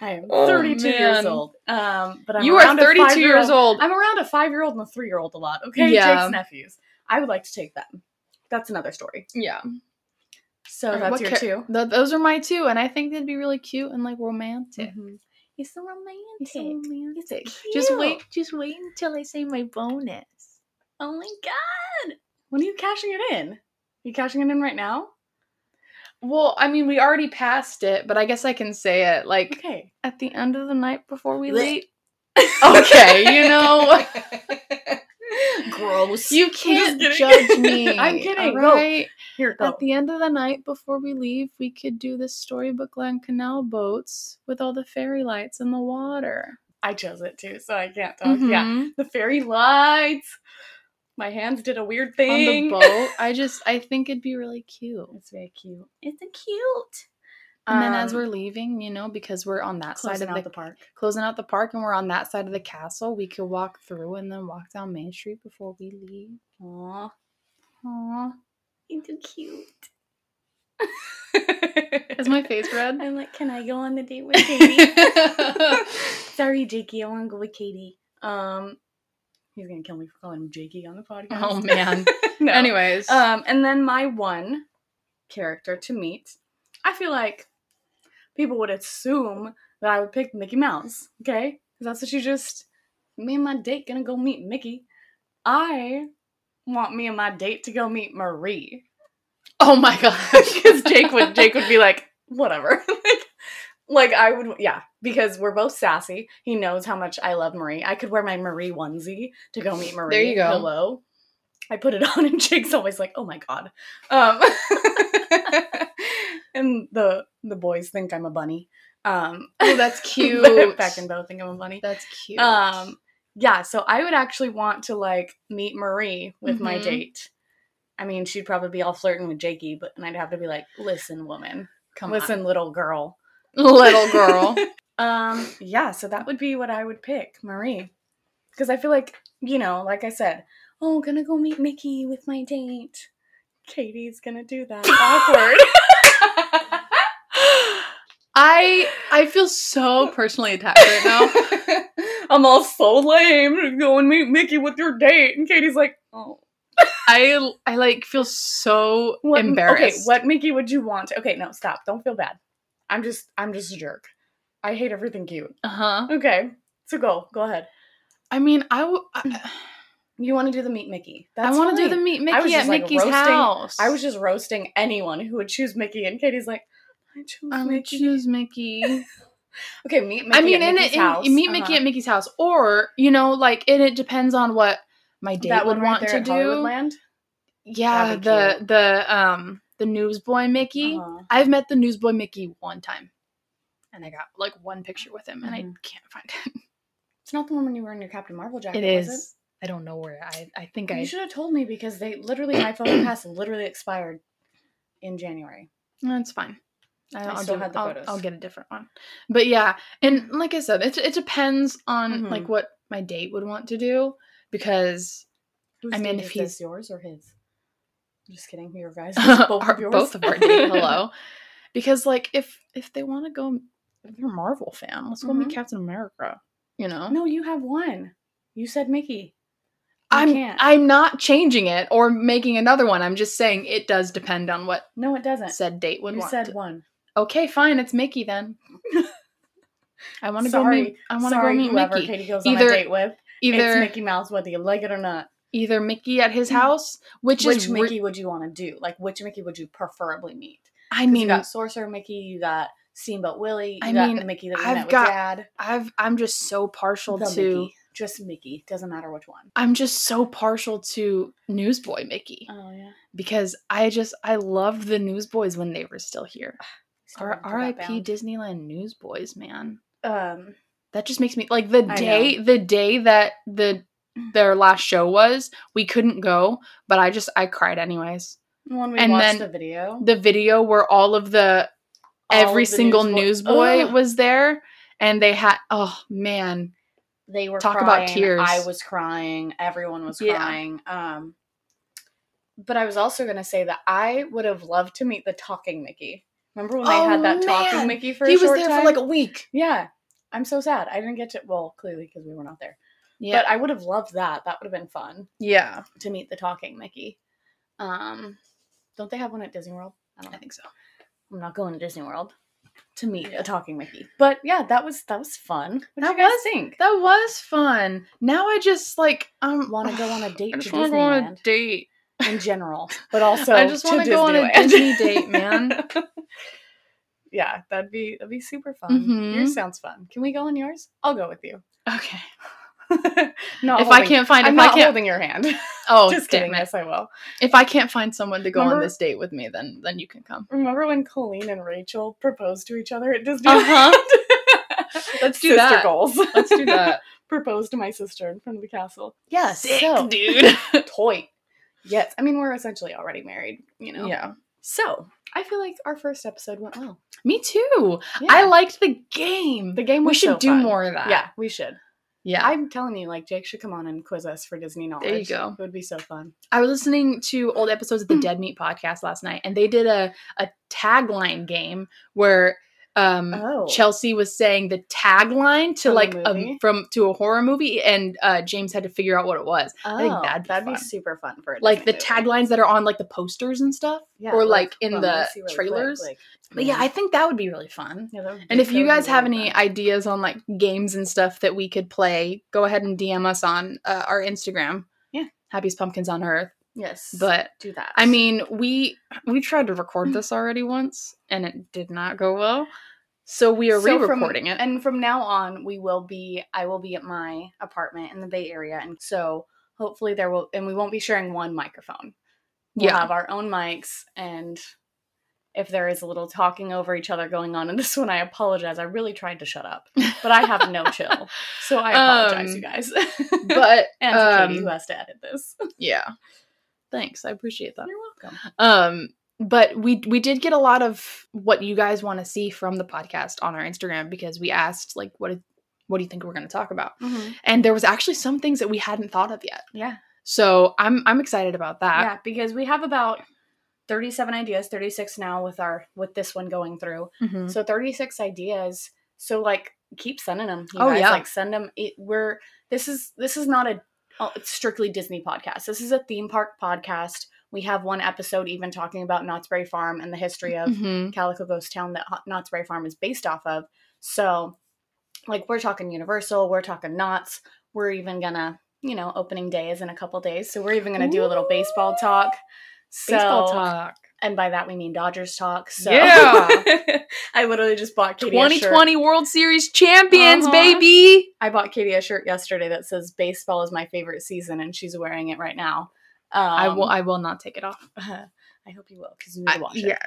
I am
Oh,
32 years
man.
old. Um, but I'm
you are
around a
32 years
five-year-old-
old.
I'm around a five year old and a three year old a lot, okay?
Yeah.
Jake's nephews. I would like to take them. That's another story.
yeah.
So
Or
that's
what
your
char-
two.
Th- those are my two, and I think they'd be really cute and like romantic.
Mhm. He's so romantic.
It's so romantic.
cute.
Just wait, just wait until I say my bonus.
Oh my god! When are you cashing it in? You cashing it in right now?
Well, I mean, we already passed it, but I guess I can say it like
Okay.
at the end of the night before we
Blech.
leave. okay, you know,
Gross.
you can't
kidding.
judge me.
I'm kidding, go.
Right
Here,
at the end of the night before we leave, we could do the storybook land canal boats with all the fairy lights in the water.
I chose it too, so I can't talk. Yeah.
Mm-hmm.
The fairy lights. My hands did a weird
on the
thing.
boat. I just I think it'd be really cute.
It's very cute. It's a cute.
And then as
Um,
we're leaving, you know, because we're on that side
closing
of
out
the,
the park.
closing out the park and we're on that side of the castle, we could walk through and then walk down Main Street before we leave.
Aww.
Aww.
It's so cute.
Is my face red?
I'm like, can I go on the date with Katie? Sorry, Jakey, I want to go with Katie. Um, he's gonna kill me for calling him Jakey on the podcast.
Oh, man.
no.
Anyways.
um, and then my one character to meet, I feel like people would assume that I would pick Mickey Mouse. Okay, because that's what you just me and my date gonna go meet Mickey. I want me and my date to go meet Marie
oh my gosh.
because Jake would Jake would be like, whatever. like, Like I would, yeah, because we're both sassy. He knows how much I love Marie. I could wear my Marie onesie to go meet Marie.
There you go.
Hello. I put it on, and Jake's always like, "Oh my god," um, and the the boys think I'm a bunny. Um,
Oh, that's cute.
Beck and Bo think I'm a bunny.
That's cute.
Um, yeah, so I would actually want to like meet Marie with my
Mhm.
date. I mean, she'd probably be all flirting with Jakey, but and I'd have to be like, "Listen, woman,
Come
listen, little girl."
on. little girl.
Um, yeah, so that would be what I would pick, Marie, because I feel like you know, like I said, oh, gonna go meet Mickey with my date. Katie's gonna do that. Awkward.
I I feel so personally attacked right now.
I'm all so lame. Go and meet Mickey with your date, and Katie's like, oh.
I I like feel so embarrassed.
Okay, what Mickey would you want? to- okay, no, stop. Don't feel bad. I'm just, I'm just a jerk. I hate everything cute.
Uh huh.
Okay, so go, go ahead.
I mean, I w- I,
You want to do the meet Mickey?
I want to do the meet
I was
Mickey
just,
at
like,
Mickey's
roasting-
house.
I was just roasting anyone who would choose Mickey, and Katie's like, I choose
I would
Mickey.
Um, choose Mickey.
Okay, meet Mickey.
I mean,
at
in,
Mickey's
it,
house. Uh-huh.
in meet Mickey at Mickey's house, or you know, like, and it depends on what my date
that
would
one right
want
there
to
at
do.
Hollywoodland.
Yeah,
That'd be
the
cute.
the um the newsboy Mickey.
Uh-huh.
I've met the newsboy Mickey one time, and I got like one picture with him, and I
Mhm.
can't find it.
It's not the one when you were in your Captain Marvel jacket.
it
was
is. I don't know where. I I think
You
I.
should have told me because they literally my phone pass literally expired in January.
No, it's fine. I, I'll
still
do-
had the
I'll-
photos.
I'll get a different one. But yeah, and like I said, it it depends on
Mhm.
like what my date would want to do because
Whose
I mean,
date
if
is
he's-
this yours or his. I'm just kidding. Your guys,
Are
both of yours.
our date hello because like if if they want to go if you're a marvel fan let's go meet
Mhm.
captain america you know
No, you have one. You said Mickey. You
i'm
can't.
i'm not changing it or making another one i'm just saying it does depend on what
no, it doesn't.
said date would
you
want
said
to-
one.
okay fine it's mickey then i want to go
Sorry.
meet i want to go
Sorry,
meet
whoever
mickey
Katie goes on
Either-
a date with.
either
it's Mickey Mouse, whether you like it or not.
either mickey at his house which,
Which,
is re-
Mickey would you want to do? Like, which Mickey would you preferably meet?
i
'Cause you
mean
got Sorcerer Mickey, you got Steamboat Willie, you
I
got
mean,
the Mickey that we
I've
met with
got
Dad.
i've i'm just so partial
The
to
Mickey. Just Mickey. Doesn't matter which one.
i'm just so partial to newsboy mickey
Oh, yeah.
because I just I loved the Newsboys when they were still here. R- R.I.P. Disneyland Newsboys, man.
Um,
That just makes me like the
I Mm.
day the day that the their last show was, we couldn't go, but I just I cried anyways.
when we
And
watched
then
the video.
The video where all of the
all
every
of the
single newsboy
Ugh.
was there and they had oh man,
they were
Talk about
crying.
tears.
I was crying. Everyone was
Yeah.
crying. Um, but I was also gonna say that I would have loved to meet the talking Mickey. Remember when they
Oh,
had that
man.
talking Mickey for
he
a
was
short
there
time?
for like a week.
yeah. I'm so sad. I didn't get to. Well, clearly because we were not there.
Yeah.
But I would have loved that. That would have been fun
yeah.
to meet the talking Mickey. Um, don't they have one at Disney World? I
I
don't know.
think so.
I'm not going to Disney World to meet a talking Mickey. But yeah, that was that was fun. What did
That
you guys
was-
think?
That was fun. Now I just like um
Want to go on a date
I
to
just want to go on a
Disneyland
date.
in general, but also
I just want to go on a
Disneyland.
Disney date, man.
yeah, that'd be that'd be super fun.
Mm-hmm.
Yours sounds fun. Can we go on yours? I'll go with you.
Okay.
no,
if I can't find,
I'm
if I
not
can't,
holding your hand.
oh,
just
damn
kidding.
it.
Yes, I will.
If I can't find someone to go on
Remember-
this date with me, then then you can come.
Remember when Colleen and Rachel proposed to each other at Disney?
Uh-huh. Let's do
Sister
that.
goals.
Let's do that.
Propose to my sister in front of the castle.
Yeah,
Sick, so-
dude.
Toy. Yes, I mean we're essentially already married, you know.
Yeah,
So I feel like our first episode went well.
me too. I
I like
liked the game.
the game.
we
was
should
so
do
fun.
more of that.
Yeah, we should.
yeah. I,
I'm telling you, like Jake should come on and quiz us for Disney knowledge.
go.
It would be so fun.
I was listening to old episodes of the Dead Meat podcast last night, and they did a a tagline game where um
Oh,
Chelsea was saying the tagline to
From a
like a,
movie?
from to a horror movie, and uh, James had to figure out what it was.
oh
think that'd be fun.
super fun for a
Like the
Disney movie.
taglines that are on like the posters and stuff,
Yeah,
or
we'll-
like in
hold on, let
the
me see really quick,
trailers.
like- mm,
but yeah, I think that would be really fun.
Yeah, that would
And
be-
if
that
you
would be
guys have
really
any
fun.
ideas on like games and stuff that we could play, go ahead and DM us on uh, our Instagram.
Yeah.
happiest pumpkins on earth.
yes,
But
do that.
I mean, we we tried to record this already once, and it did not go well. So we are
So from-
re-recording it.
And from now on, we will be, I will be at my apartment in the Bay Area. And so hopefully there will, and we won't be sharing one microphone. We'll
yeah.
have our own mics. And if there is a little talking over each other going on in this one, I apologize. I really tried to shut up, but I have no chill. So I apologize,
Um,
you guys.
But
and to Katie,
um,
who has to edit this.
yeah. Thanks. I appreciate that.
You're welcome.
Um but we we did get a lot of what you guys want to see from the podcast on our Instagram because we asked like what is- what do you think we're going to talk about? And there was actually some things that we hadn't thought of yet.
Yeah.
So I'm I'm excited about that.
yeah, because we have about 37 ideas, 36 now with our with this one going through.
Mhm.
So 36 ideas. So like keep sending them. You
Oh,
guys.
yeah.
like send them. It, we're this is this is not a oh, it's strictly Disney podcast. This is a theme park podcast. We have one episode even talking about Knott's Berry Farm and the history of
Mhm.
Calico Ghost Town that Ho- Knott's Berry Farm is based off of. So like we're talking Universal, we're talking Knott's. We're even gonna you know opening day is in a couple days, so we're even gonna do a little
Ooh.
baseball talk. So,
Baseball talk.
and by that we mean Dodgers talk. So
Yeah.
I literally just bought Katie a shirt.
2020 World Series champions,
Uh-huh.
baby.
I bought Katie a shirt yesterday that says baseball is my favorite season, and she's wearing it right now. Um,
I will I will not take it off.
I hope you will because you need to
I-
watch it.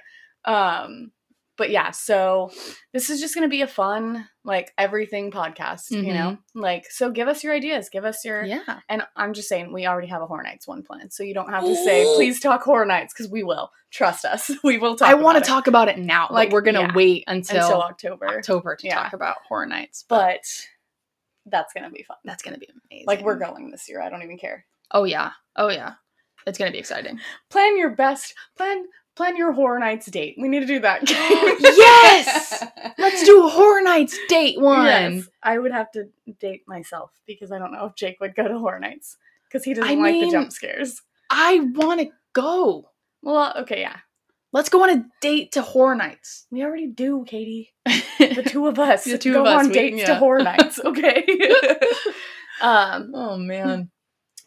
Um, but yeah, so this is just gonna be a fun like everything podcast, you know. Like, so give us your ideas, give us your.
Mm-hmm. Yeah.
And I'm just saying, we already have a Horror Nights one planned, so you don't have to say please talk Horror Nights because we will. Trust us, we will talk.
I want
about
to
it
talk about it now. Like
Like,
we're going to
yeah.
wait until,
until October.
October to
Yeah.
talk about Horror Nights, but
but that's gonna be fun.
that's going to be amazing.
Like we're going this year. I don't even care.
Oh yeah. Oh yeah. It's going to be exciting.
Plan your best. Plan plan your horror nights date. We need to do that.
Yes! Let's do a Horror Nights date one.
Yes. I would have to date myself because I don't know if Jake would go to horror nights because he doesn't
I
like
mean-
the jump scares.
I want to go.
Well, okay, yeah.
Let's go on a date to Horror Nights.
We already do, Katie. The two of us
The two
go
of us,
on
we-
dates to
yeah.
horror nights, okay? um,
oh man.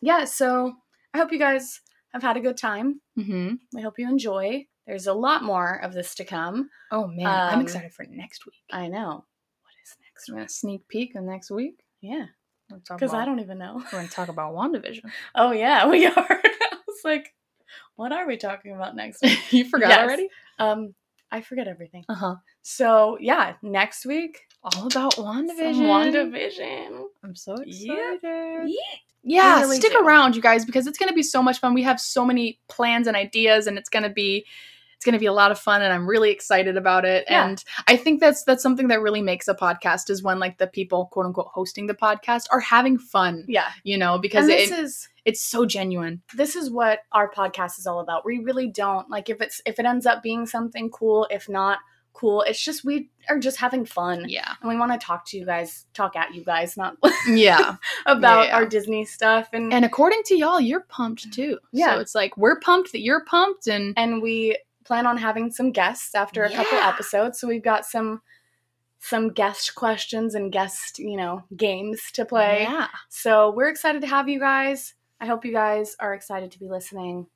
yeah, so I hope you guys have had a good time.
Mhm.
We hope you enjoy. There's a lot more of this to come.
Oh man, I'm
Um,
excited for next week.
I know. What is next
I'm
week?
gonna sneak peek of next week.
Yeah,
Because
because I don't even know.
We're gonna talk about Wandavision.
Oh yeah, we are. I was like, what are we talking about next week?
you forgot
Yes.
already?
Um, I forget everything.
Uh huh.
So yeah, next week,
All about WandaVision.
some WandaVision.
I'm so
Yeah.
excited. Yeah,
We really
stick
do.
around, you guys, because it's gonna be so much fun. We have so many plans and ideas, and it's gonna be it's gonna be a lot of fun, and I'm really excited about it.
Yeah.
And I think that's that's something that really makes a podcast is when like the people quote unquote hosting the podcast are having fun,
Yeah,
you know, because
because
it,
this is
it's so genuine.
this is what our podcast is all about. We really don't like if it's if it ends up being something cool. If not cool, it's just we are just having fun.
Yeah,
And we want to talk to you guys, talk at you guys, not
yeah.
about
Yeah.
our Disney stuff and
and according to y'all, you're pumped too.
Yeah.
So it's like we're pumped that you're pumped, and
and we plan on having some guests after a couple
Yeah.
episodes so we've got some some guest questions and guest you know games to play
yeah,
so we're excited to have you guys i hope you guys are excited to be listening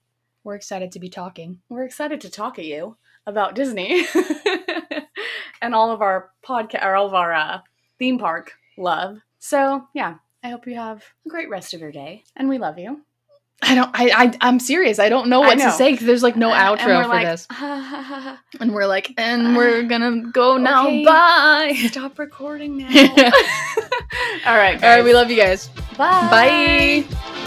we're excited to be talking.
we're excited to talk at you about disney and all of our podcast or all of our uh, theme park love so yeah i hope you have a great rest of your day and we love you
I don't. I. I I'm serious. I don't know
I
what
know.
to say. 'cause There's like no outro
And- and we're
for
like,
this. And we're like, and we're gonna go now.
Ah, Okay.
Bye.
Stop recording now. All right, guys.
All right. We love you guys.
Bye.
Bye.